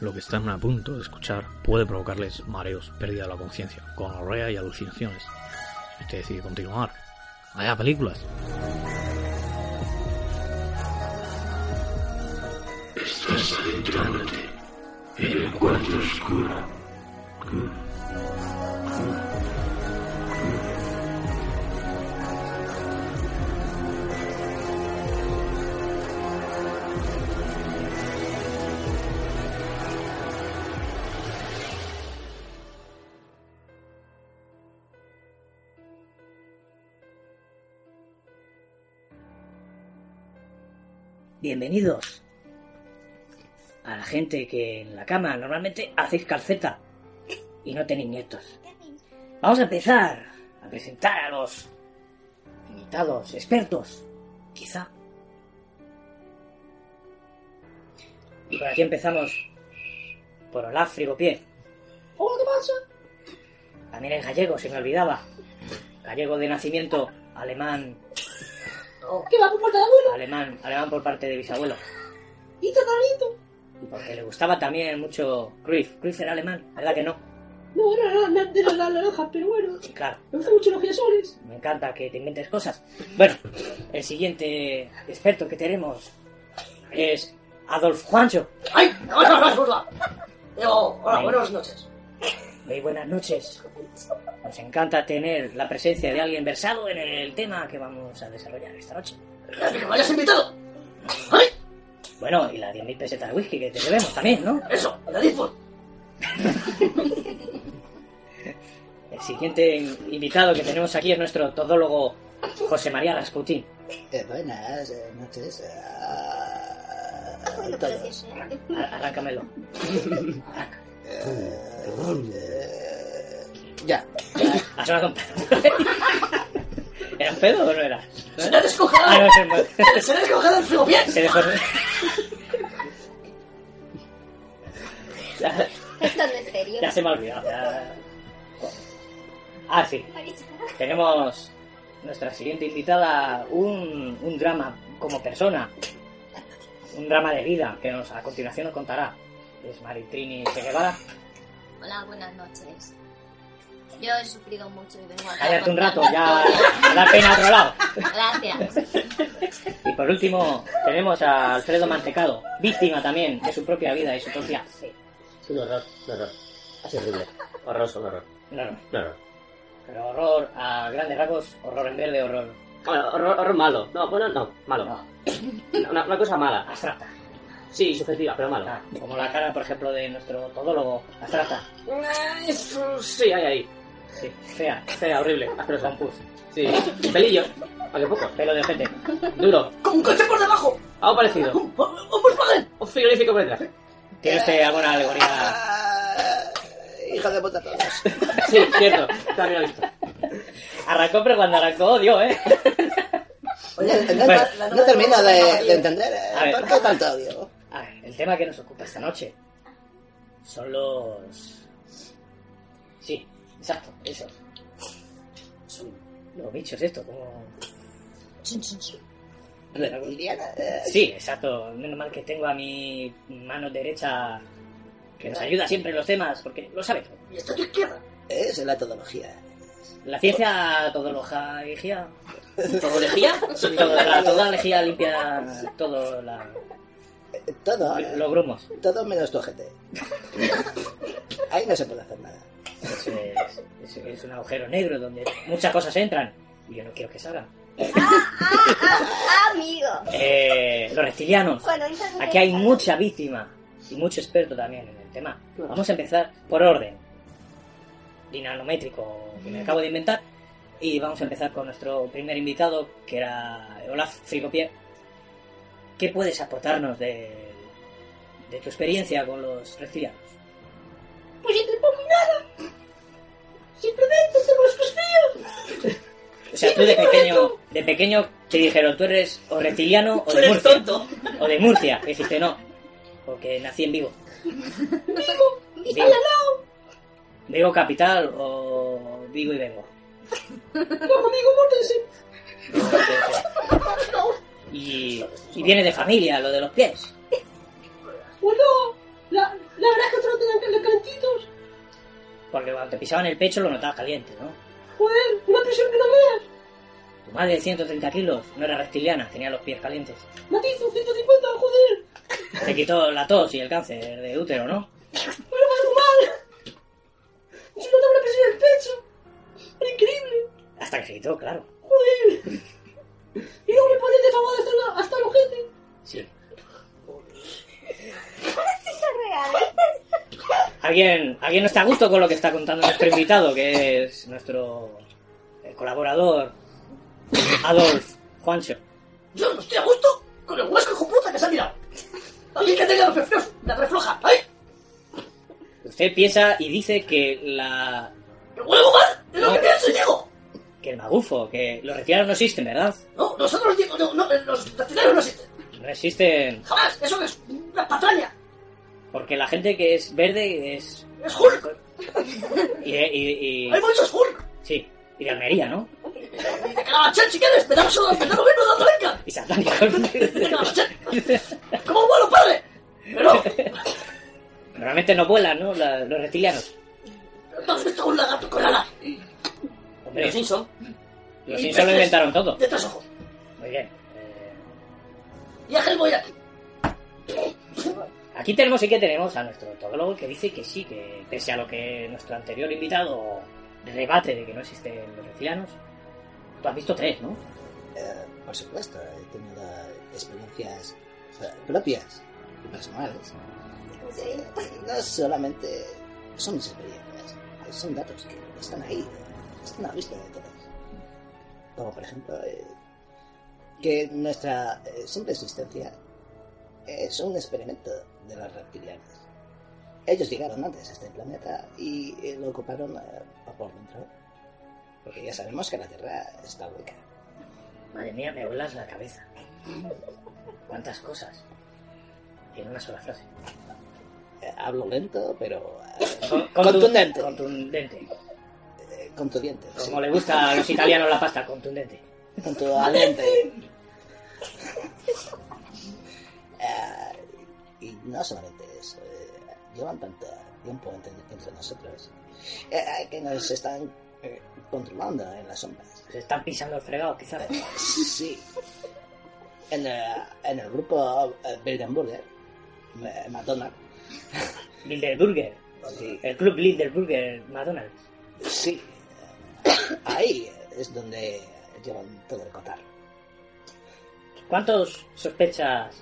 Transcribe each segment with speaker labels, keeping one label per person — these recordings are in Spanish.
Speaker 1: Lo que están a punto de escuchar puede provocarles mareos, pérdida de la conciencia, gonorrea y alucinaciones. Usted decide continuar. Vaya películas.
Speaker 2: Estás adentrándote en el cuarto oscuro.
Speaker 3: Bienvenidos a la gente que en la cama normalmente hacéis calceta y no tenéis nietos. Vamos a empezar a presentar a los invitados, expertos, quizá. Y por aquí empezamos por Olaf Frigopié. También es gallego, se me olvidaba. Gallego de nacimiento, alemán
Speaker 4: ¿Qué va por parte de abuelo?
Speaker 3: alemán, alemán por parte de bisabuelo.
Speaker 4: ¿Y Tatarito?
Speaker 3: Y porque le gustaba también mucho Cruyff. Cruyff era alemán, ¿verdad que no?
Speaker 4: No, era la, la- de la, la naranja, pero bueno.
Speaker 3: Sí, claro.
Speaker 4: Me gustan mucho los girasoles.
Speaker 3: Me encanta que te inventes cosas. Bueno, el siguiente experto que tenemos es Adolf Juancho.
Speaker 4: ¡Ay! ¡Ahora, ahora, gorda! Yo, hola, buenas noches.
Speaker 3: Muy buenas noches. Nos encanta tener la presencia de alguien versado en el tema que vamos a desarrollar esta noche.
Speaker 4: Gracias que me hayas invitado. ¡Ay!
Speaker 3: Bueno, y las 10.000 pesetas de whisky que te debemos también, ¿no?
Speaker 4: Eso, la dispo.
Speaker 3: El siguiente invitado que tenemos aquí es nuestro todólogo José María Rasputín.
Speaker 5: Eh, buenas eh, noches. ah, todos.
Speaker 3: Ar- Arráncamelo.
Speaker 5: Eh, ya.
Speaker 3: Ha sonado un pedo. ¿Era un pedo o no era?
Speaker 4: ¡Se la
Speaker 3: Ah, no,
Speaker 4: descojada!
Speaker 3: es el mo-
Speaker 4: ¡Se la descojada el frigo bien!
Speaker 3: se dejó.
Speaker 6: ¿Estás en serio?
Speaker 3: ya se me ha olvidado. ya. Ah, sí. Tenemos nuestra siguiente invitada, un, un drama como persona. Un drama de vida que nos a continuación nos contará. Es Maritrini Seguevara.
Speaker 6: Hola, buenas noches. Yo he sufrido mucho y vengo acá.
Speaker 3: Cállate un
Speaker 6: con-
Speaker 3: rato, ya da pena a otro lado.
Speaker 6: Gracias.
Speaker 3: Y por último, tenemos a Alfredo Mantecado, víctima también de su propia vida y su propia fe.
Speaker 5: Es un horror, un horror. Es horrible. Horroroso, un horror.
Speaker 3: No, no.
Speaker 5: No, no.
Speaker 3: Pero horror a grandes rasgos, horror en verde, horror
Speaker 5: Bueno, horror, horror malo. No, bueno, no, malo. Una, una cosa mala.
Speaker 3: abstracta.
Speaker 5: Sí, subjetiva, pero malo.
Speaker 3: Ah, como la cara, por ejemplo, de nuestro todólogo, abstracta.
Speaker 5: Eh, eso sí, hay ahí.
Speaker 3: Sí, fea,
Speaker 5: Fea, horrible, asquerosa.
Speaker 3: con pus,
Speaker 5: Sí, pelillo. Aunque poco.
Speaker 3: pelo de gente.
Speaker 5: Duro.
Speaker 4: ¡Con un coche por debajo!
Speaker 5: Algo parecido.
Speaker 4: ¡Un, un Volkswagen!
Speaker 5: Un frigorífico por detrás.
Speaker 3: ¿Tiene usted alguna alegoría?
Speaker 4: Eh,
Speaker 5: Hija de puta todos. Sí, cierto. También lo he visto.
Speaker 3: Arrancó, pero cuando arrancó, odio, ¿eh?
Speaker 5: Oye,
Speaker 3: no- Bueno.
Speaker 4: no termino de- de
Speaker 5: entender
Speaker 3: A ver. por qué
Speaker 5: tanto odio.
Speaker 3: A ver, el tema que nos ocupa esta noche son los... Sí, exacto, esos. Son los bichos estos, como... Sí, exacto. Menos mal que tengo a mi mano derecha que nos ayuda siempre en los temas, porque lo sabe. todo.
Speaker 4: Y esto a tu izquierda.
Speaker 5: Es la todología.
Speaker 3: La ciencia todología...
Speaker 5: ¿Todología?
Speaker 3: Toda la todología limpia todo la-
Speaker 5: Todo,
Speaker 3: los grumos.
Speaker 5: todo menos tu gente. Ahí no se puede hacer nada.
Speaker 3: Eso es, es- es un agujero negro donde muchas cosas entran y yo no quiero que salgan.
Speaker 6: Ah, amigo.
Speaker 3: Eh, los reptilianos.
Speaker 6: Cuando entras en
Speaker 3: Aquí hay
Speaker 6: el-
Speaker 3: mucha víctima y mucho experto también en el tema. Vamos a empezar por orden. Dinanométrico que me acabo de inventar. Y vamos a empezar con nuestro primer invitado, que era Olaf Frigopier. ¿Qué puedes aportarnos de, de tu experiencia con los reptilianos?
Speaker 4: Pues entre poco y nada. Simplemente tengo los cosquillos.
Speaker 3: O sea,
Speaker 4: Sí,
Speaker 3: tú de
Speaker 4: correcto.
Speaker 3: pequeño, de pequeño te dijeron, tú eres o reptiliano o
Speaker 4: Tú
Speaker 3: de
Speaker 4: eres
Speaker 3: Murcia.
Speaker 4: tonto.
Speaker 3: O de Murcia. Y dijiste, no, porque nací en Vigo.
Speaker 4: Vivo. Y
Speaker 3: Vivo.
Speaker 4: al lado.
Speaker 3: Vigo capital o Vigo y vengo.
Speaker 4: No conmigo, mórtense.
Speaker 3: Y, y viene de familia, lo de los pies.
Speaker 4: Bueno, la, la verdad es que otros tenían que los calentitos.
Speaker 3: Porque cuando te pisaban el pecho lo notabas caliente, ¿no?
Speaker 4: Joder, una presión que no veas.
Speaker 3: Tu madre de 130 kilos no era reptiliana, tenía los pies calientes.
Speaker 4: Matizo, 150, joder.
Speaker 3: Te quitó la tos y el cáncer de útero, ¿no?
Speaker 4: Bueno, menos mal. Si no te habrá presión en el pecho. Era increíble.
Speaker 3: Hasta que se quitó, claro.
Speaker 4: Joder. Y luego me pones de favor hasta, hasta ¿eh? el ojete.
Speaker 3: Sí.
Speaker 6: real.
Speaker 3: ¿Alguien, ¿Alguien no está a gusto con lo que está contando nuestro invitado, que es nuestro eh, colaborador Adolf Juancho?
Speaker 7: Yo no estoy a gusto con el huesco hijo puta que se ha tirado. Alguien que tenga los reflejos, la refloja. ¿eh? ¡Ay!
Speaker 3: Usted piensa y dice que la...
Speaker 7: ¡El huevo mal! ¡Es lo que
Speaker 3: No.
Speaker 7: pienso y digo!
Speaker 3: que el magufo, que los retirados no existen, ¿verdad?
Speaker 7: No, nosotros digo, no, no, los dactileros no existen.
Speaker 3: No existen
Speaker 7: ¡Jamás! Eso es una patraña.
Speaker 3: porque la gente que es verde es...
Speaker 7: ¡Es Hulk!
Speaker 3: y, y- y-
Speaker 7: ¡Hay muchos Hulk!
Speaker 3: sí, y de Almería, ¿no?
Speaker 7: ¡Y de Calabacher, si quieres! ¡Me da solo me da lo mismo dando venga!
Speaker 3: Y satánicos.
Speaker 7: ¡De Calabacher! ¡Como un vuelo, padre! Pero...
Speaker 3: Normalmente no vuelan, ¿no? La- los reptilianos.
Speaker 7: ¿No has visto un lagarto con ala?
Speaker 3: Hombre,
Speaker 5: Los Simpson.
Speaker 3: los
Speaker 7: y
Speaker 3: Simpson lo
Speaker 7: peces.
Speaker 3: inventaron todo.
Speaker 7: De tres ojos.
Speaker 3: Muy bien. Eh,
Speaker 7: Y a Hellboy aquí.
Speaker 3: aquí tenemos y que tenemos a nuestro todólogo que dice que sí, que pese a lo que nuestro anterior invitado rebate de que no existen los reptilianos, tú has visto tres, ¿no?
Speaker 5: eh, Por supuesto, he tenido experiencias eh, propias y personales.
Speaker 6: Sí.
Speaker 5: Eh, No solamente son mis experiencias, eh, son datos que están ahí, eh, están a la vista de todos. Como por ejemplo, eh, que nuestra eh, simple existencia es un experimento de los reptilianos. Ellos llegaron antes a este planeta y eh, lo ocuparon eh, por dentro. Porque ya sabemos que la Tierra está hueca.
Speaker 3: Madre mía, me vuelas la cabeza. Cuántas cosas. En una sola frase.
Speaker 5: Eh, hablo lento, pero eh,
Speaker 3: Con-
Speaker 5: Contundente.
Speaker 3: Contundente.
Speaker 5: eh, con tu diente. sí.
Speaker 3: Como le gusta a los italianos la pasta, contundente.
Speaker 5: Con tu Eh, diente. Ah, y no solamente eso, eh, llevan tanto tiempo entre, entre nosotros eh, que nos están eh, controlando en las sombras.
Speaker 3: Se están pisando el fregado, quizás.
Speaker 5: Eh, sí. En, eh, en el grupo eh, Bilderberger, eh, McDonald's,
Speaker 3: Bilderburger.
Speaker 5: sí, eh,
Speaker 3: El club Bilderburger McDonald's.
Speaker 5: Sí. eh, Ahí es donde llevan todo el cotarro.
Speaker 3: ¿Cuántos sospechas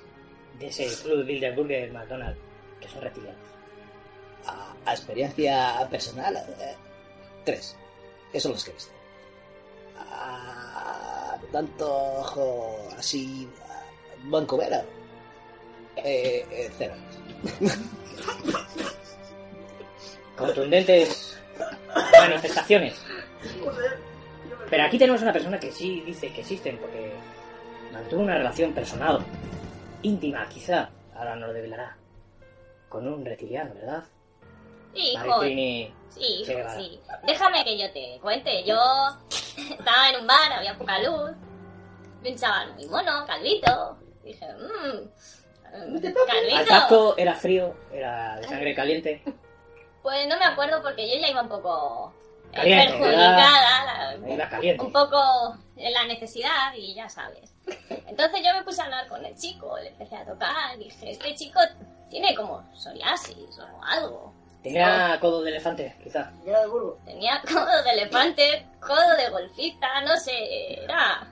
Speaker 3: de ese club Bilderburger McDonald's que son reptilianos?
Speaker 5: A, a experiencia personal, eh, tres. Que son los que he visto. A tanto ojo así, buen cubero. Eh, eh, cero.
Speaker 3: Contundentes manifestaciones. Pero aquí tenemos una persona que sí dice que existen porque mantuvo una relación personal, íntima quizá, ahora nos lo develará, con un reptiliano, ¿verdad?
Speaker 6: Sí, hijo.
Speaker 3: Maritrini.
Speaker 6: Sí,
Speaker 3: Qué
Speaker 6: hijo,
Speaker 3: va.
Speaker 6: sí. Déjame que yo te cuente. Yo estaba en un bar, había poca luz. Pensaba, muy mono, calvito. Dije, mmm.
Speaker 3: Al
Speaker 6: Calvito.
Speaker 3: tacto era frío, era de sangre caliente.
Speaker 6: Pues no me acuerdo porque yo ya iba un poco eh,
Speaker 3: Caliente,
Speaker 6: perjudicada. la-
Speaker 3: Era caliente.
Speaker 6: un poco en la necesidad y ya sabes. Entonces yo me puse a hablar con el chico, le empecé a tocar, dije, este chico tiene como psoriasis o algo.
Speaker 3: Tenía codo de elefante, quizá.
Speaker 7: Llega de Burgos.
Speaker 6: Tenía codo de elefante, codo de golfista, no sé, era...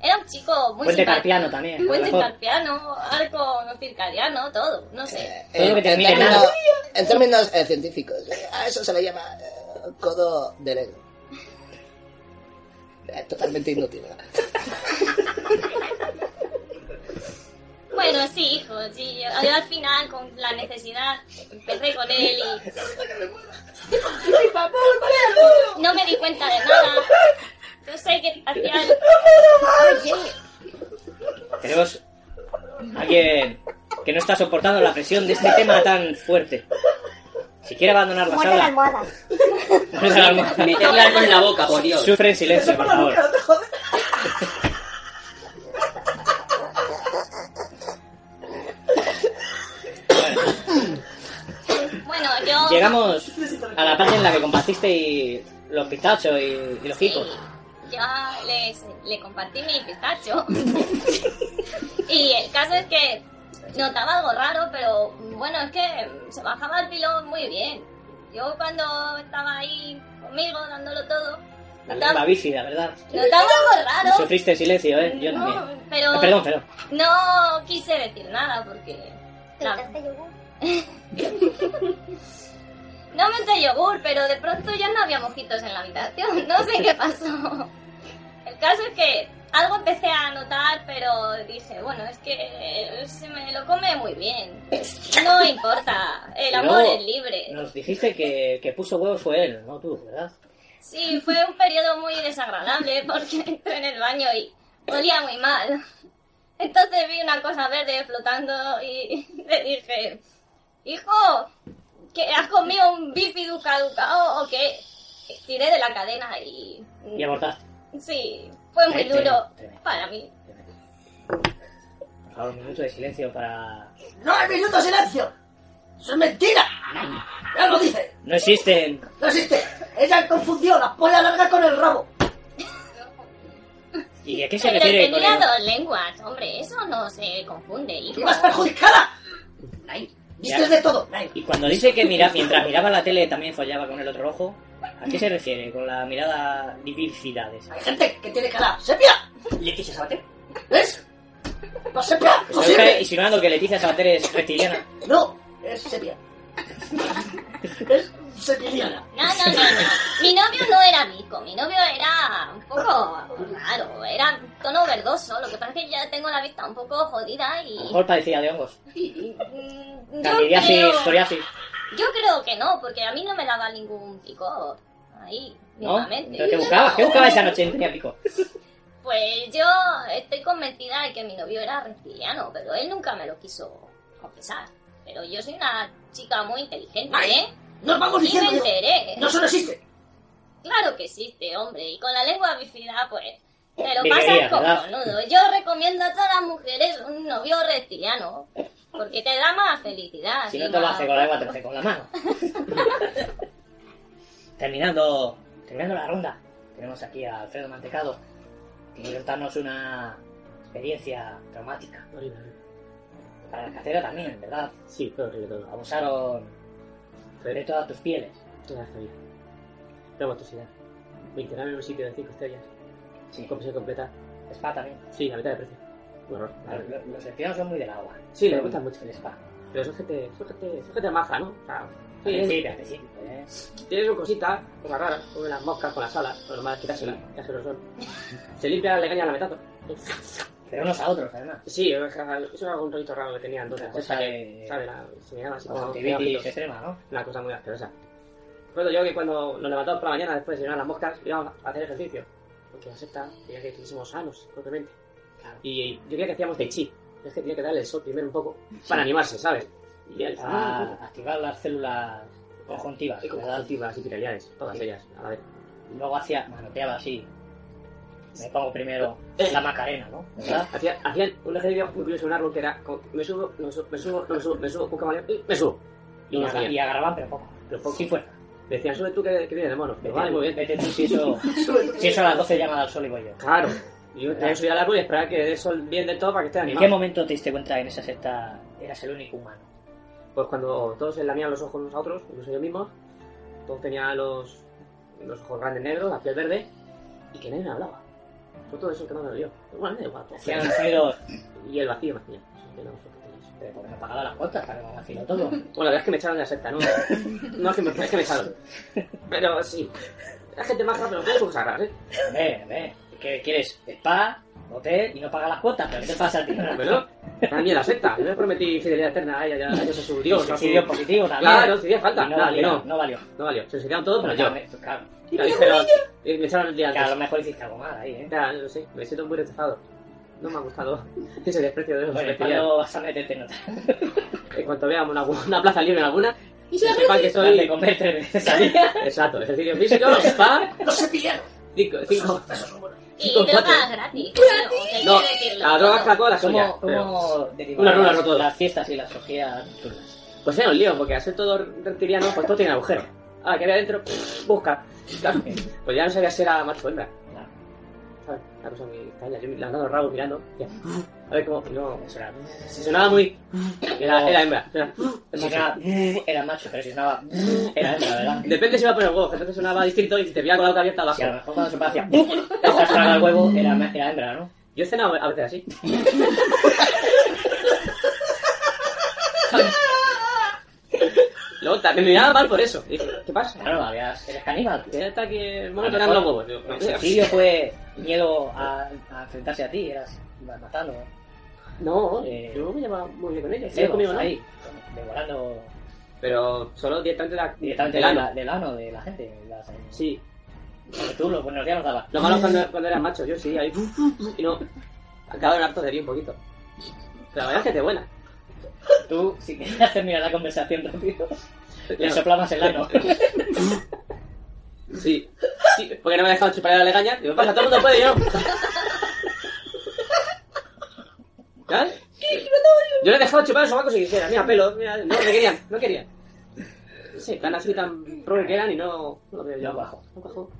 Speaker 6: Era un chico muy
Speaker 3: Puente
Speaker 6: simpático.
Speaker 3: carpiano también. a lo
Speaker 6: Puente
Speaker 3: mejor.
Speaker 6: carpiano, arco no circadiano, todo, no sé.
Speaker 5: Eh,
Speaker 3: Todo lo que
Speaker 5: en,
Speaker 3: termine en
Speaker 5: términos,
Speaker 3: nada.
Speaker 5: en términos, eh, científicos, eh, a eso se le llama eh, codo de negro. Eh, totalmente inútil. ¿no?
Speaker 6: Bueno, sí, hijo, sí. Yo, yo al final, con la necesidad, empecé con él y...
Speaker 8: ¡Ay, papá, me paré duro!
Speaker 6: No me di cuenta de nada. Yo sé que al final...
Speaker 3: Tenemos alguien que no está soportando la presión de este tema tan fuerte. Si quiere abandonar la
Speaker 9: Muerde la
Speaker 3: sala,
Speaker 9: almohada.
Speaker 3: muerde la almohada.
Speaker 9: Meterle algo en la boca, por Dios.
Speaker 3: Sufre en silencio, por favor.
Speaker 6: Bueno, yo...
Speaker 3: Llegamos a la parte en la que compartisteis los pistachos y, y los
Speaker 6: Sí,
Speaker 3: chicos.
Speaker 6: yo les, le compartí mi pistacho. y el caso es que notaba algo raro, pero bueno, es que se bajaba el pilón muy bien. Yo cuando estaba ahí conmigo dándolo todo,
Speaker 3: La, la bici, la verdad.
Speaker 6: notaba algo raro.
Speaker 3: Sufriste en silencio, ¿eh? Yo también.
Speaker 6: No, pero
Speaker 3: Eh, perdón, perdón.
Speaker 6: no quise decir nada porque...
Speaker 9: ¿Trataste yogur?
Speaker 6: No menté yogur, pero de pronto ya no había mojitos en la habitación. No sé qué pasó. El caso es que algo empecé a notar, pero dije, bueno, es que eh, se me lo come muy bien. No importa, el amor
Speaker 3: Luego
Speaker 6: es libre.
Speaker 3: Nos dijiste que, que puso huevos fue él, no tú, ¿verdad?
Speaker 6: Sí, fue un periodo muy desagradable porque entré en el baño y olía muy mal. Entonces vi una cosa verde flotando y le dije, hijo, ¿que ¿has comido un bifidus caducao o qué? Tiré de la cadena y...
Speaker 3: Y abortaste.
Speaker 6: Sí, fue muy
Speaker 3: Tremendo,
Speaker 6: duro para mí.
Speaker 3: Por favor, un minuto de silencio para...
Speaker 4: ¡No hay minuto de silencio! ¡Eso es mentira! ¡Ya lo dice!
Speaker 3: No existen.
Speaker 4: ¡No existe! Ella confundió la polla larga con el rabo.
Speaker 3: ¿Y a qué se
Speaker 6: Pero
Speaker 3: refiere con
Speaker 6: tenía
Speaker 3: el...
Speaker 6: dos lenguas, hombre, eso no se confunde, hijo.
Speaker 4: ¡Ibas perjudicada! Nay,
Speaker 3: Ya.
Speaker 4: vistes de todo. Nay.
Speaker 3: Y cuando dice que mira, mientras miraba la tele también follaba con el otro ojo, ¿a qué se refiere? Con la mirada diversidad esa.
Speaker 4: Hay gente que tiene cara sepia.
Speaker 3: ¿Leticia Sabater?
Speaker 4: ¿Ves? No sepia,
Speaker 3: Se está
Speaker 4: posible.
Speaker 3: insinuando que Leticia Sabater es reptiliana.
Speaker 4: No, es sepia. es sepiliana.
Speaker 6: No, no, no, no. Mi novio no era mico, mi novio era un poco raro, era tono verdoso. Lo que pasa es que ya tengo la vista un poco jodida
Speaker 3: A lo
Speaker 6: y.
Speaker 3: mejor padecía de hongos.
Speaker 6: Mm, Yo creo,
Speaker 3: Candidiasis, psoriasis.
Speaker 6: yo creo que no, porque a mí no me daba ningún picor. Ahí,
Speaker 3: ¿No?
Speaker 6: mismamente.
Speaker 3: ¿Pero qué buscabas? ¿Qué buscabas esa noche en Tenía Pico?
Speaker 6: Pues yo estoy convencida de que mi novio era reptiliano, pero él nunca me lo quiso confesar. Pero yo soy una chica muy inteligente, ¿eh?
Speaker 4: Nos vamos
Speaker 6: Y me
Speaker 4: diciendo. yo.
Speaker 6: enteré.
Speaker 4: No, eso no existe.
Speaker 6: Claro que existe, hombre. Y con la lengua bífida, pues, te lo
Speaker 3: Vivería,
Speaker 6: pasas con
Speaker 3: ¿verdad?
Speaker 6: menudo. Yo recomiendo a todas las mujeres un novio reptiliano. Porque te da más felicidad.
Speaker 3: Si
Speaker 6: y
Speaker 3: no te lo
Speaker 6: más-
Speaker 3: hace con la lengua, te lo hace con la mano. terminando, terminando la ronda, tenemos aquí a Alfredo Mantecado, que quiere contarnos una experiencia traumática. Para la cacera también, ¿verdad?
Speaker 10: Sí, fue horrible todo.
Speaker 3: Abusaron de todas tus pieles.
Speaker 10: Toda la vida. Traumatosidad. 20 en un sitio de 5 estrellas.
Speaker 3: Sí.
Speaker 10: Compensación completa.
Speaker 3: Spa también.
Speaker 10: Sí, a mitad de precio. Un horror.
Speaker 3: Lo- Los espinos son muy del agua.
Speaker 10: Sí, le gustan mucho.
Speaker 3: El spa.
Speaker 10: Pero son gente, son gente, son gente maja, ¿no? O sea,
Speaker 3: Sí,
Speaker 10: sí,
Speaker 3: sí, sí, sí, ¿eh?
Speaker 10: tienen sus cositas, cosas raras, con las moscas, con las alas, con los más quitárselas, que así no son. Se limpian, le cañan la metato.
Speaker 3: Pero unos a otros, además.
Speaker 10: Sí, o sea, eso era un rollito raro que tenían entonces.
Speaker 3: Una cosa
Speaker 10: esa que,
Speaker 3: de-
Speaker 10: ¿sabes? La, se miraba así como
Speaker 3: Conjuntivitis
Speaker 10: pedacitos.
Speaker 3: extrema, ¿no?
Speaker 10: Una cosa muy asquerosa. Recuerdo yo que cuando nos levantamos por la mañana después de llenar las moscas, íbamos a hacer ejercicio. Porque la secta quería que somos sanos, propiamente. Y yo creía que hacíamos de chi. Es que tenía que darle el sol primero un poco para animarse, ¿sabes? Y él,
Speaker 3: Para activar las células conjuntivas,
Speaker 10: y con
Speaker 3: ¿verdad?
Speaker 10: y piralidades, todas ellas, a la vez.
Speaker 3: Luego hacía, manoteaba así. Me pongo primero la macarena, ¿no? ¿Verdad?
Speaker 10: Eh. Hacía- hacían un ejercicio muy curioso, un árbol que era como, me subo, no me subo, me subo, no me subo, me subo, un camaleón, eh, me subo.
Speaker 3: Y,
Speaker 10: no
Speaker 3: agra-
Speaker 10: hacían.
Speaker 3: y agarraban, pero poco.
Speaker 10: Pero poco.
Speaker 3: Sin fuerza.
Speaker 10: Decían, sube tú que, que viene de mono. Pero
Speaker 3: Vete,
Speaker 10: vale, muy bien.
Speaker 3: vete tú si eso, si eso a las 12 llama al sol y voy yo.
Speaker 10: Claro. Y yo tenía que subir al árbol y esperar que dé el sol bien del todo para que esté
Speaker 3: ¿En
Speaker 10: animado.
Speaker 3: qué momento te diste cuenta que en esa secta eras el único humano?
Speaker 10: Pues cuando todos se lamían los ojos unos a otros, incluso yo mismo, todos tenían los, los ojos grandes negros, la piel verde, y que nadie me hablaba. Fue todo eso que más me dolió. Pero Bueno, me da igual. pues,
Speaker 3: Hacían ruidos,
Speaker 10: Y el vacío me hacía. Eso que no, eso que tenías.
Speaker 3: pero porque no pagaba las cuotas para que me hagan todo.
Speaker 10: Bueno, la verdad es que me echaron de la secta, ¿no? No es que me, es que me echaron. Pero sí. La gente maja, pero con sus raras, ¿eh?
Speaker 3: Ve, ve. ¿Qué quieres? ¿Spa? ¿Hotel? ¿Y no pagas las cuotas? ¿Pero qué te pasa, tío?
Speaker 10: ¿Verdad? Nadie la acepta. Yo le prometí fidelidad eterna a ella, ya, ellos a su dios.
Speaker 3: Sí,
Speaker 10: a
Speaker 3: sí,
Speaker 10: su-
Speaker 3: dio positivo también.
Speaker 10: Claro, sí, dio falta.
Speaker 3: Y no
Speaker 10: Nada,
Speaker 3: valió,
Speaker 10: que no.
Speaker 3: no valió.
Speaker 10: No valió. Se enseñaron todo, pero
Speaker 3: Pues
Speaker 10: yo.
Speaker 3: ya me- claro.
Speaker 10: Y
Speaker 3: Pero
Speaker 10: dijeron-
Speaker 3: bueno,
Speaker 10: y me echaron el día
Speaker 3: que
Speaker 10: antes.
Speaker 3: a lo mejor hiciste algo mal ahí, ¿eh?
Speaker 10: Ya, no sé. Me siento muy rechazado. No me ha gustado ese desprecio de los
Speaker 3: Bueno,
Speaker 10: especiales.
Speaker 3: ¿cuándo vas a meterte en otra?
Speaker 10: En cuanto veamos una, una plaza libre en alguna,
Speaker 3: Y
Speaker 10: y
Speaker 3: se la
Speaker 10: sepan que
Speaker 3: ofrece.
Speaker 10: soy...
Speaker 3: Dale, comer tres veces al día.
Speaker 10: Exacto, ejercicio físico, spa...
Speaker 4: ¡Los cepillaron!
Speaker 10: Cinco, cinco.
Speaker 6: Y
Speaker 10: Cinco, cuatro.
Speaker 6: drogas gratis. creo, que hay que
Speaker 10: No,
Speaker 6: decirlo.
Speaker 10: la droga sacó la suya.
Speaker 3: ¿Cómo,
Speaker 10: pero-
Speaker 3: cómo derivar
Speaker 10: Una rula
Speaker 3: las-
Speaker 10: rotuda.
Speaker 3: las fiestas y las orgías turcas?
Speaker 10: Pues era un lío, porque al ser todo reptiliano, pues todo tiene agujeros. Ah, que había adentro, pff, busca. Claro, pues ya no sabía si era macho o hembra. ¿Sabes? Una cosa muy extraña. Yo lanzando los rabos mirando, ya. A ver cómo. y No, me sonaba. Si sonaba muy. Era, era hembra. Era,
Speaker 3: Si sonaba, era macho, pero si sonaba, era hembra, ¿verdad?
Speaker 10: Depende si iba por el huevo, que entonces sonaba distinto y si te veía con la boca abierta abajo.
Speaker 3: Si a lo mejor cuando se pasa hacía, esta sonaba el huevo, era, era hembra, ¿no?
Speaker 10: Yo he cenado a veces así. Luego también me miraba mal por eso. Dije, ¿qué pasa?
Speaker 3: Claro, habías, eres caníbal.
Speaker 10: Ya está aquí el mono
Speaker 3: A lo
Speaker 10: tocando los
Speaker 3: mejor
Speaker 10: huevos. Digo,
Speaker 3: El suicidio fue miedo a, a enfrentarse a ti, eras ibas matando,
Speaker 10: No,
Speaker 3: Eh,
Speaker 10: yo me llevaba muy bien con ellos.
Speaker 3: cebos,
Speaker 10: Ellos conmigo no.
Speaker 3: ahí, devorando
Speaker 10: Pero solo directamente de la,
Speaker 3: directamente
Speaker 10: del
Speaker 3: del
Speaker 10: ano.
Speaker 3: ano, del ano de la gente. las-
Speaker 10: Sí.
Speaker 3: Porque tú los buenos días los dabas.
Speaker 10: Lo malo es cuando, cuando eras macho, yo sí, ahí. Y no. Acaba en harto de un poquito. Pero la verdad es que te buena.
Speaker 3: Tú, si querías terminar la conversación rápido, le
Speaker 10: Claro.
Speaker 3: soplabas el ano.
Speaker 10: Sí. sí. Porque no me dejaban chupar la legaña. Digo, pasa, todo el mundo puede, yo. no. ¿Sabes? Yo le dejaba chupar el sobaco si quisiera. Mira, pelo. Mira, no, me querían, no querían. Sí, tan así, tan pro que eran y no, no lo veo yo.
Speaker 3: No bajó.
Speaker 10: No bajó.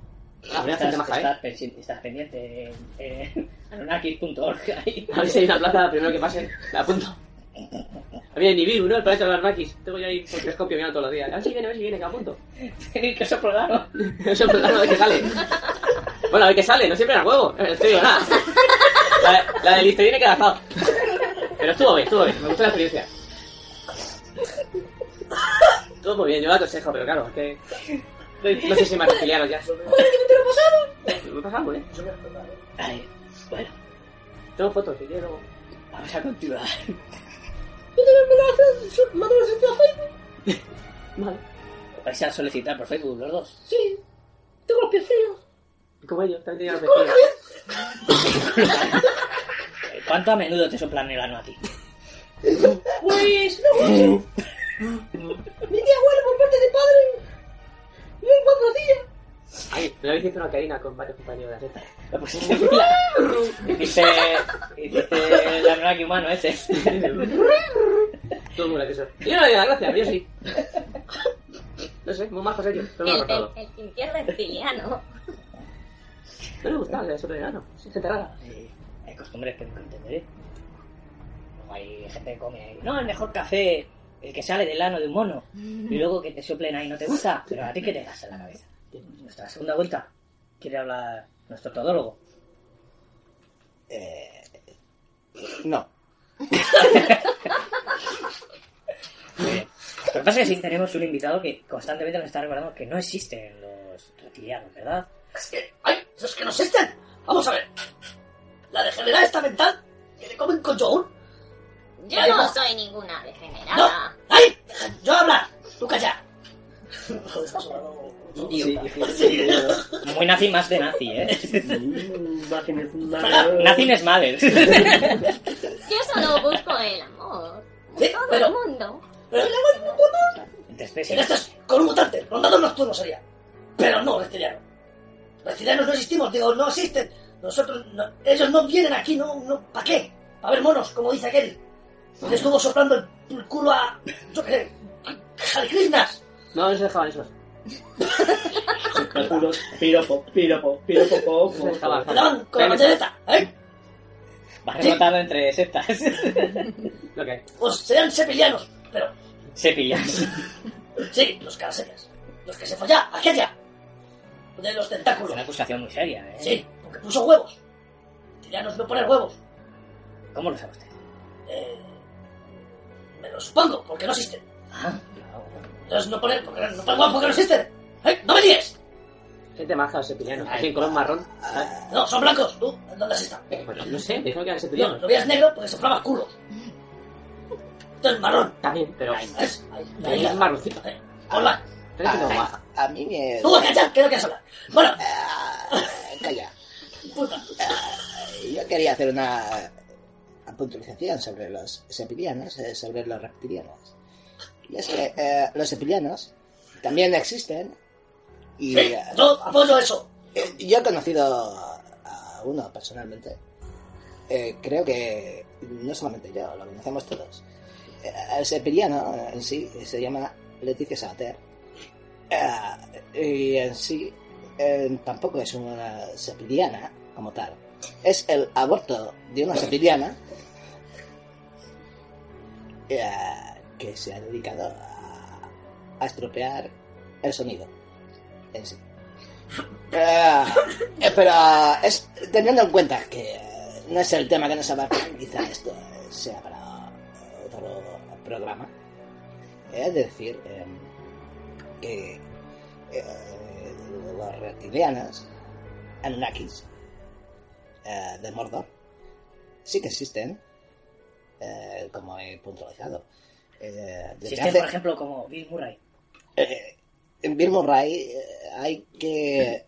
Speaker 10: Ah, mira, gente
Speaker 3: Estás,
Speaker 10: maja, ¿eh?
Speaker 3: estás, pensi- estás pendiente en eh, anunnakis.org. ahí.
Speaker 10: A ver si hay una plaza primero que pase, la apunto. A mí en Nibiru, ¿no? El planeta de los Arrakis. Tengo yo ahí con telescopio mirando todos los días. A ver si viene, a ver si viene, que apunto.
Speaker 3: Tenéis que soplarlo.
Speaker 10: Eso es verdad, a ver qué sale. Bueno, a ver qué sale, no siempre era huevo. No te digo nada. La, la del Listerine que dejado. Pero estuvo bien, estuvo bien. Me gustó la experiencia. Todo muy bien, yo la aconsejo, pero claro, es que. No sé si más reptiliano ya. Me pasa algo, ¿eh?
Speaker 3: Ay, bueno,
Speaker 10: Tengo fotos, si quieres luego.
Speaker 3: vamos a continuar.
Speaker 8: Yo también me lo hago, mando los a Facebook.
Speaker 10: Vale.
Speaker 3: Vais a solicitar por Facebook los dos.
Speaker 8: Sí. Tengo los pies feos.
Speaker 10: Como ellos, también tenía
Speaker 8: Con
Speaker 10: la
Speaker 8: la cabeza.
Speaker 3: Eh, ¿Cuánto a menudo te soplan el ano a ti?
Speaker 8: Pues no mucho. Mi tía abuela por parte de padre. Y en cuatro días.
Speaker 10: Ay, me habéis hecho una carina con varios compañeros de la reta.
Speaker 3: Lo pusiste en fila. Hiciste, hiciste el anunnaki humano ¿eh? ese.
Speaker 10: Todo muy gracioso. Yo no le doy la gracia, yo sí. No sé, muy majos ellos, pero no lo he
Speaker 6: El, el,
Speaker 10: cortado.
Speaker 6: el cimpión reptiliano.
Speaker 10: No le gustaba eso de verano. Sí, gente rara.
Speaker 3: Eh, Hay costumbres que nunca entenderé. Luego hay gente que come ahí. No, el mejor café, el que sale del ano de un mono. Y luego que te soplen ahí no te gusta. Pero a ti que te pasa en la cabeza. Nuestra segunda vuelta. Quiere hablar nuestro todólogo.
Speaker 5: Eh, no.
Speaker 3: Lo que pasa es que sí tenemos un invitado que constantemente nos está recordando que no existen los reptilianos, ¿verdad?
Speaker 4: Es que, ay, esos que no existen. Vamos a ver. La degenerada esta mental que le comen con yogur.
Speaker 6: Yo no soy ninguna degenerada.
Speaker 4: ¡Ay! deja- Yo hablar. Tú calla. Estás hablando mucho.
Speaker 3: Muy nazi más de nazi, ¿eh?
Speaker 10: Nazi
Speaker 3: Nazis es madre.
Speaker 6: Yo solo busco el amor.
Speaker 4: Sí,
Speaker 6: Todo
Speaker 4: pero-
Speaker 6: el mundo.
Speaker 4: Pero el amor no puedo.
Speaker 3: Entre
Speaker 4: Si
Speaker 3: especies.
Speaker 4: estás con un mutante, rondando nocturno sería. Pero no, reptiliano. Reptilianos no existimos, digo, no existen. Nosotros, no- ellos no vienen aquí, no, no, ¿para qué? Para ver monos, como dice aquel. Le estuvo soplando el, el culo a, yo qué sé, a Hare Krishnas.
Speaker 10: No, no se dejaban esos.
Speaker 3: Piropo, piropo, piropo,
Speaker 10: No se dejaban.
Speaker 4: Le daban con la metralleta, ¿eh?
Speaker 3: Vas rebotando entre sectas.
Speaker 10: Lo que hay.
Speaker 4: Pues serían sepilianos, pero
Speaker 3: Cepillas.
Speaker 4: sí, los caraseñas. Los que se folla, aquella. De los
Speaker 3: Es
Speaker 4: tentáculos.
Speaker 3: una acusación muy seria, ¿eh?
Speaker 4: Sí, porque puso huevos. Reptilianos no ponen huevos.
Speaker 3: ¿Cómo lo sabe usted?
Speaker 4: Eh, me lo supongo, porque no existen.
Speaker 3: Ah, claro.
Speaker 4: Entonces no poner, porque no, no poner huevos porque no existen. ¿Eh? ¡No me líes!
Speaker 10: Es de maza sepilianos. Así en color marrón. Eh,
Speaker 4: No, son blancos. ¿Tú? ¿Dónde has estado?
Speaker 3: Eh,
Speaker 10: Bueno, no sé, me dijeron que eran
Speaker 4: No,
Speaker 10: sepilianos.
Speaker 4: lo veías negro porque soplaba culo. Esto es marrón.
Speaker 10: También, pero.
Speaker 4: Es,
Speaker 10: pero es marroncito.
Speaker 4: Eh, Hola.
Speaker 10: Pero es como maza.
Speaker 5: A mí me...
Speaker 4: Tú, cachar, que no quieres hablar. Bueno,
Speaker 5: Calla.
Speaker 4: puta.
Speaker 5: Yo quería hacer una puntualización sobre los sepilianos, eh, sobre los reptilianos. Y es que eh, los sepilianos también existen. Y,
Speaker 4: Sí,
Speaker 5: eh,
Speaker 4: yo apoyo eso.
Speaker 5: eh, yo he conocido a uno personalmente. Eh, creo que no solamente yo, lo conocemos todos. Eh, el sepiliano eh, en sí se llama Leticia Sabater. Eh, y en sí eh, tampoco es una sepiliana como tal. Es el aborto de una sepiliana eh, que se ha dedicado a, a estropear el sonido en sí. Eh, eh, pero es teniendo en cuenta que eh, no es el tema que nos abarca, quizá esto eh, sea para otro programa. Es decir, eh, que eh, los reptilianos, Anunnakis, eh, de Mordor, sí que existen, eh, como he puntualizado. Eh, desde
Speaker 3: Existen,
Speaker 5: hace-
Speaker 3: por ejemplo, como Bill Murray.
Speaker 5: eh, en Bill Murray eh, hay que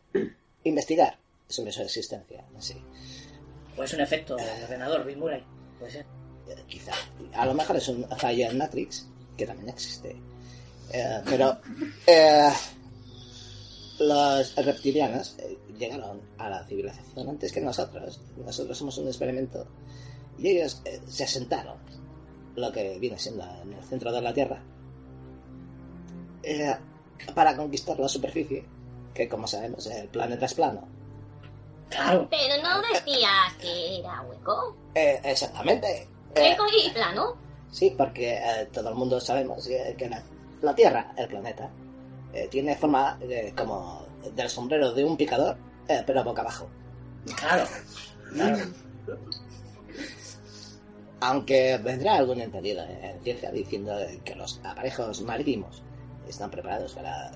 Speaker 5: investigar sobre su existencia. Sí,
Speaker 3: O pues es un efecto del ordenador, Bill Murray. Puede ser.
Speaker 5: eh, quizá. A lo mejor es un fallo en Matrix, que también existe. Eh, pero eh, los reptilianos eh, llegaron a la civilización antes que nosotros. Nosotros somos un experimento. Y ellos eh, se asentaron, lo que viene siendo en el centro de la Tierra, eh, para conquistar la superficie, que como sabemos el planeta es plano.
Speaker 3: Claro.
Speaker 6: Pero no decías que era hueco.
Speaker 5: Eh, exactamente. Eh,
Speaker 6: Hueco y plano.
Speaker 5: sí, porque eh, todo el mundo sabemos eh, que la, la Tierra, el planeta, eh, tiene forma eh, como del sombrero de un picador, eh, pero boca abajo.
Speaker 3: Claro. claro.
Speaker 5: Aunque vendrá algún entendido en ciencia diciendo que los aparejos marítimos están preparados para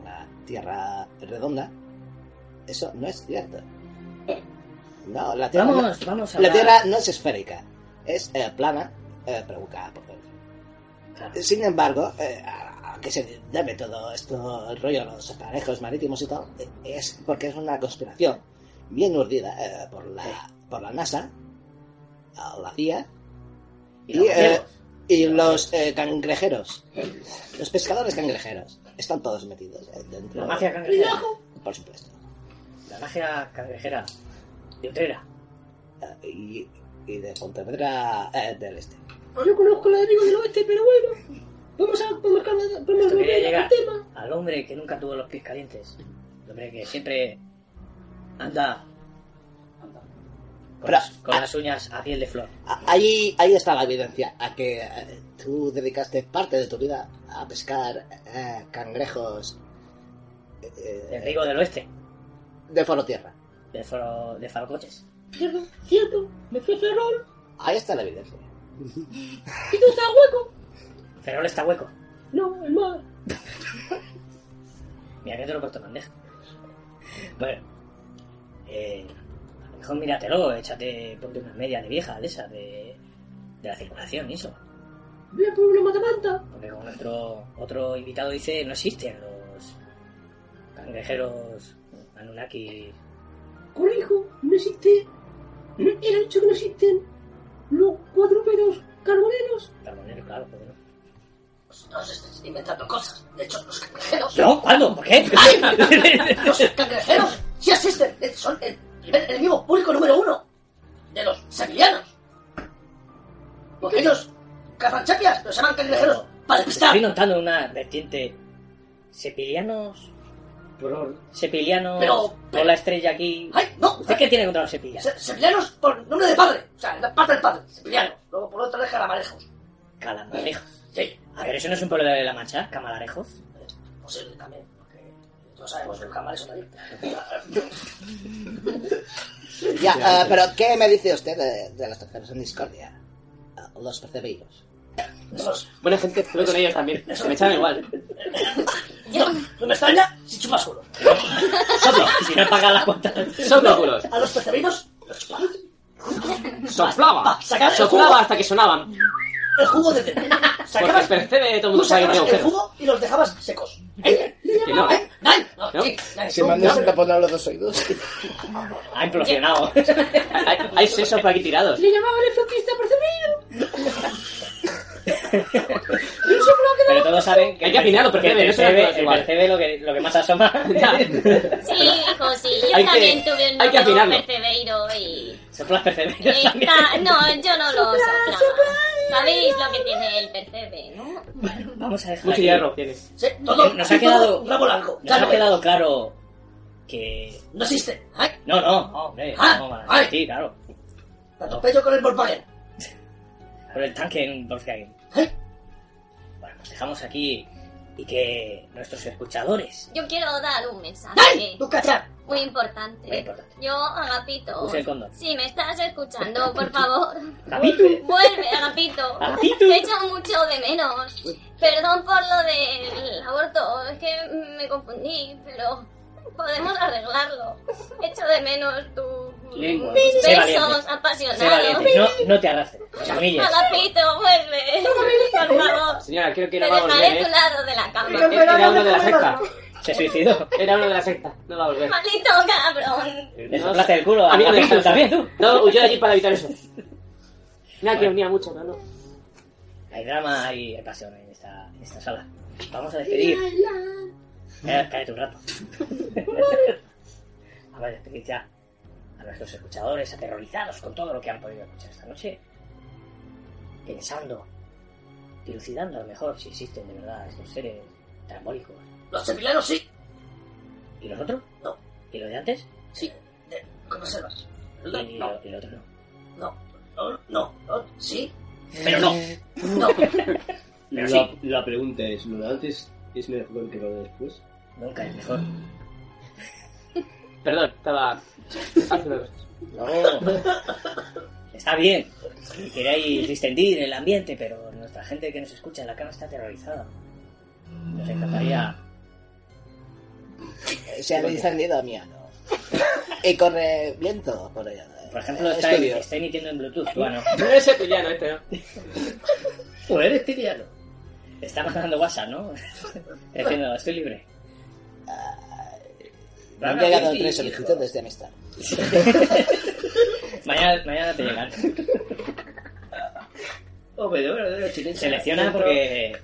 Speaker 5: una tierra redonda, eso no es cierto. No, la tierra,
Speaker 3: Vamos,
Speaker 5: no,
Speaker 3: vamos a
Speaker 5: la
Speaker 3: hablar.
Speaker 5: tierra no es esférica, es eh, plana, eh, pero buscada por dentro.
Speaker 3: Claro.
Speaker 5: Sin embargo, eh, a a qué se debe todo esto, el rollo de los aparejos marítimos y todo, eh, es porque es una conspiración bien urdida eh, por, la, por la NASA, a la CIA
Speaker 3: Y los
Speaker 5: eh,
Speaker 3: ciegos.
Speaker 5: y los, eh, cangrejeros, los pescadores cangrejeros, están todos metidos eh, dentro.
Speaker 3: La magia cangrejera.
Speaker 5: Por supuesto.
Speaker 3: La magia cangrejera. De Utrera.
Speaker 5: Eh, y, y de Pontevedra eh, del Este.
Speaker 8: Yo conozco la de Vigo del Oeste, pero bueno. Vamos a vamos a, vamos a
Speaker 3: Esto quería
Speaker 8: volver
Speaker 3: llegar
Speaker 8: al tema.
Speaker 3: al hombre que nunca tuvo los pies calientes. El hombre que siempre anda con,
Speaker 5: Pero-
Speaker 3: las, con las uñas a piel de flor.
Speaker 5: A- Ahí, ahí está la evidencia, a que eh, tú dedicaste parte de tu vida a pescar eh, cangrejos
Speaker 3: Del Rigo del Oeste.
Speaker 5: de foro tierra.
Speaker 3: De, faro, de farocoches.
Speaker 8: Cierto, cierto. Me fui a Ferrol
Speaker 5: Ahí está la evidencia.
Speaker 8: y todo estaba hueco.
Speaker 3: Ferrol está hueco.
Speaker 8: No, el mar.
Speaker 3: Mira que te lo he puesto en bandeja. Bueno. Eh, a lo mejor míratelo, échate, ponte unas medias de vieja, de esas, de, de la circulación y eso.
Speaker 8: Voy a poner una matamanta.
Speaker 3: Porque como nuestro otro invitado dice, no existen los cangrejeros Anunnaki.
Speaker 8: Corrijo, no existe. Era dicho que no existen los cuadrúpedos carboneros.
Speaker 3: Carboneros, claro, ¿por qué no?
Speaker 4: Vosotros estáis inventando cosas. De hecho, los cangrejeros.
Speaker 3: ¿No? ¿Cuándo? ¿Por qué?
Speaker 4: Los cangrejeros sí existen. Eh, Son el primer enemigo público número uno de los sevilianos. Porque ellos cazan chapias, los llaman cangrejeros para despistar.
Speaker 3: Estoy notando una vertiente. Sepilianos. Sepilianos.
Speaker 4: Pero-
Speaker 3: Con la estrella aquí.
Speaker 4: ¡Ay, no! eh,
Speaker 3: ¿Usted qué tiene contra los sepilianos?
Speaker 4: Se- Sevilianos por nombre de padre. O sea, la parte del padre. Sevilianos. Luego por otra de calamarejos.
Speaker 3: Calamarejos.
Speaker 4: Sí.
Speaker 3: A ver, ¿eso no es un pueblo de la mancha? Camalarejos.
Speaker 4: Posible también. Porque todos sabemos que los calamares son ahí.
Speaker 5: Ya, eh, pero ¿qué me dice usted de, de los terceros en discordia? Ah, Los percebeiros.
Speaker 4: Esos-
Speaker 10: Buena gente, estuve con ellos también. Se me echaban igual.
Speaker 4: No, no me extraña si chupas culo.
Speaker 3: Soplo. Si no pagas las cuentas.
Speaker 10: Soplo culos.
Speaker 4: A los percebidos los chupaba.
Speaker 10: Soplaba.
Speaker 4: Sacar el jugo.
Speaker 10: Soplaba hasta que sonaban.
Speaker 4: El jugo de dentro.
Speaker 10: Porque
Speaker 4: Sacabas,
Speaker 10: percebe de todo el
Speaker 4: tú
Speaker 10: mundo sabe que
Speaker 4: sacabas
Speaker 10: tiene
Speaker 4: el
Speaker 10: agujeros.
Speaker 4: jugo y los dejabas secos.
Speaker 10: Que no. ¿No?
Speaker 5: Se mandan sin taponar los dos oídos.
Speaker 3: Ha implosionado.
Speaker 10: Hay, hay sesos por aquí tirados.
Speaker 8: Le llamaban el flautista percebido. Un
Speaker 3: Pero todos saben que.
Speaker 10: Hay que afinar los
Speaker 3: que el
Speaker 10: percebes, eso no
Speaker 3: percebe-
Speaker 10: es
Speaker 3: el
Speaker 10: igual.
Speaker 3: percebe lo que, lo que más asoma.
Speaker 6: Sí, hijo, sí. Yo
Speaker 3: Hay que-
Speaker 6: también tuve un
Speaker 3: hay que
Speaker 6: novio
Speaker 3: afinarlo.
Speaker 6: percebeiro y...
Speaker 3: Soplo las percebes.
Speaker 6: y está- No, yo no lo soplaba. Sabéis lo que tiene el percebe, ¿no?
Speaker 3: Vamos a dejar.
Speaker 10: Mucho
Speaker 3: aquí.
Speaker 10: hierro tienes.
Speaker 4: Sí, todo,
Speaker 3: Nos
Speaker 4: sí,
Speaker 3: ha quedado.
Speaker 4: todo rabo largo.
Speaker 3: Nos
Speaker 4: Ya
Speaker 3: ha
Speaker 4: no, es.
Speaker 3: quedado claro que.
Speaker 4: no existe. Ay,
Speaker 3: No, no, hombre.
Speaker 4: Ah,
Speaker 3: No,
Speaker 4: ay.
Speaker 3: sí, claro.
Speaker 4: te atropello con el Volkswagen.
Speaker 3: Por el tanque en Volkswagen.
Speaker 4: Ay.
Speaker 3: Bueno, nos dejamos aquí y que nuestros escuchadores.
Speaker 6: Yo quiero dar un mensaje.
Speaker 4: ¡Ay! ¡Tú cachar!
Speaker 6: Muy importante.
Speaker 3: Muy importante.
Speaker 6: Yo, Agapito.
Speaker 3: Usa el condón.
Speaker 6: Si me estás escuchando, por favor.
Speaker 3: Agapito.
Speaker 6: Vuelve, Agapito.
Speaker 3: Agapito.
Speaker 6: Te echo mucho de menos. Perdón por lo del aborto. Es que me confundí, pero podemos arreglarlo. Echo de menos tu.
Speaker 10: Lengua.
Speaker 6: Besos
Speaker 3: Sé valiente.
Speaker 6: apasionados.
Speaker 3: Sé valiente. No, no te arrastres. Nos humilles.
Speaker 6: Agapito, vuelve. Por favor.
Speaker 10: Señora, creo que
Speaker 6: Te
Speaker 10: no va a volver,
Speaker 6: dejaré
Speaker 10: ¿eh?
Speaker 6: a tu lado de la cama.
Speaker 10: Era era uno de la secta.
Speaker 3: Se suicidó.
Speaker 10: Era uno de la secta. No va a volver.
Speaker 6: Maldito cabrón.
Speaker 3: Le
Speaker 10: No,
Speaker 3: soplaste el culo a,
Speaker 10: a mí no me
Speaker 3: Agapito
Speaker 10: dejas.
Speaker 3: también, tú.
Speaker 10: No, huyó de allí para evitar eso. Mira que unía mucho, pero no.
Speaker 3: Hay drama y hay pasión en esta, en esta sala. Vamos a despedir. Cállate, cállate un rato. Vamos a despedir ya a nuestros escuchadores aterrorizados con todo lo que han podido escuchar esta noche. Pensando, dilucidando a lo mejor si existen de verdad estos seres trambólicos.
Speaker 4: Los sevillanos sí.
Speaker 3: ¿Y los otros?
Speaker 4: No.
Speaker 3: ¿Y los de antes?
Speaker 4: Sí. De, con reservas.
Speaker 3: ¿Y,
Speaker 4: No,
Speaker 3: y
Speaker 4: no,
Speaker 3: lo- y lo otro no?
Speaker 4: no, no, no, no, sí,
Speaker 3: Pero no.
Speaker 4: no.
Speaker 3: Pero
Speaker 11: la,
Speaker 3: sí.
Speaker 11: la pregunta es, ¿lo de antes es mejor que lo de después?
Speaker 3: Nunca es mejor.
Speaker 10: Perdón, estaba. haciendo cosas.
Speaker 3: Está bien. y Queréis distendir el ambiente, pero nuestra gente que nos escucha en la cama está aterrorizada. Nos encantaría.
Speaker 5: Se ha encendido a mí, ¿no? Y corre viento por allá.
Speaker 3: Por ejemplo, está,
Speaker 5: Estudio.
Speaker 3: está emitiendo en Bluetooth, tú, ah, no.
Speaker 10: No es cepillano este, ¿no?
Speaker 3: O eres tiriano. Está mandando WhatsApp, ¿no? Diciendo, estoy libre.
Speaker 5: Me han llegado tres solicitudes de amistad.
Speaker 3: Mañana, mañana te llegan. Oh, Selecciona porque.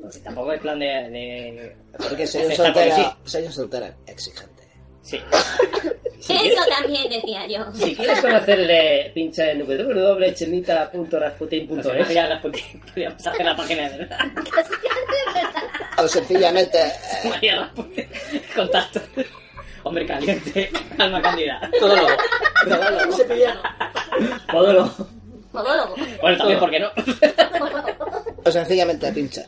Speaker 3: porque tampoco es plan de. de-
Speaker 5: Porque soy un
Speaker 3: aceptar porque sí.
Speaker 5: soltero, soy un soltero exigente.
Speaker 3: Sí. Si
Speaker 6: Eso
Speaker 3: quieres,
Speaker 6: también decía yo.
Speaker 3: si quieres conocerle, pincha en
Speaker 10: www.chemita.rasputin.es.
Speaker 3: www.rasputin.es. Ya Rasputin, podríamos hacer la página de
Speaker 5: O sencillamente, eh,
Speaker 3: María Rasputin. Contacto. Hombre caliente, alma cándida.
Speaker 10: Todo loco.
Speaker 4: Un sevillano.
Speaker 3: Podolo.
Speaker 6: Podólogo.
Speaker 3: Bueno, también, ¿por qué no?
Speaker 5: o sencillamente pincha.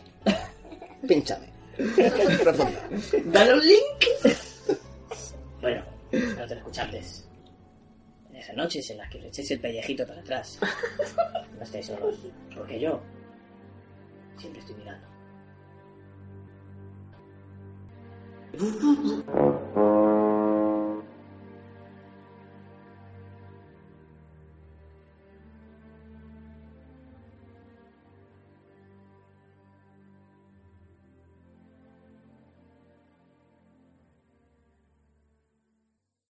Speaker 5: Pinchame. Profundo.
Speaker 3: Dale un link. Bueno, no te escuchantes. En esas noches en las que os echéis el pellejito para atrás, no estáis solos. Porque yo siempre estoy mirando.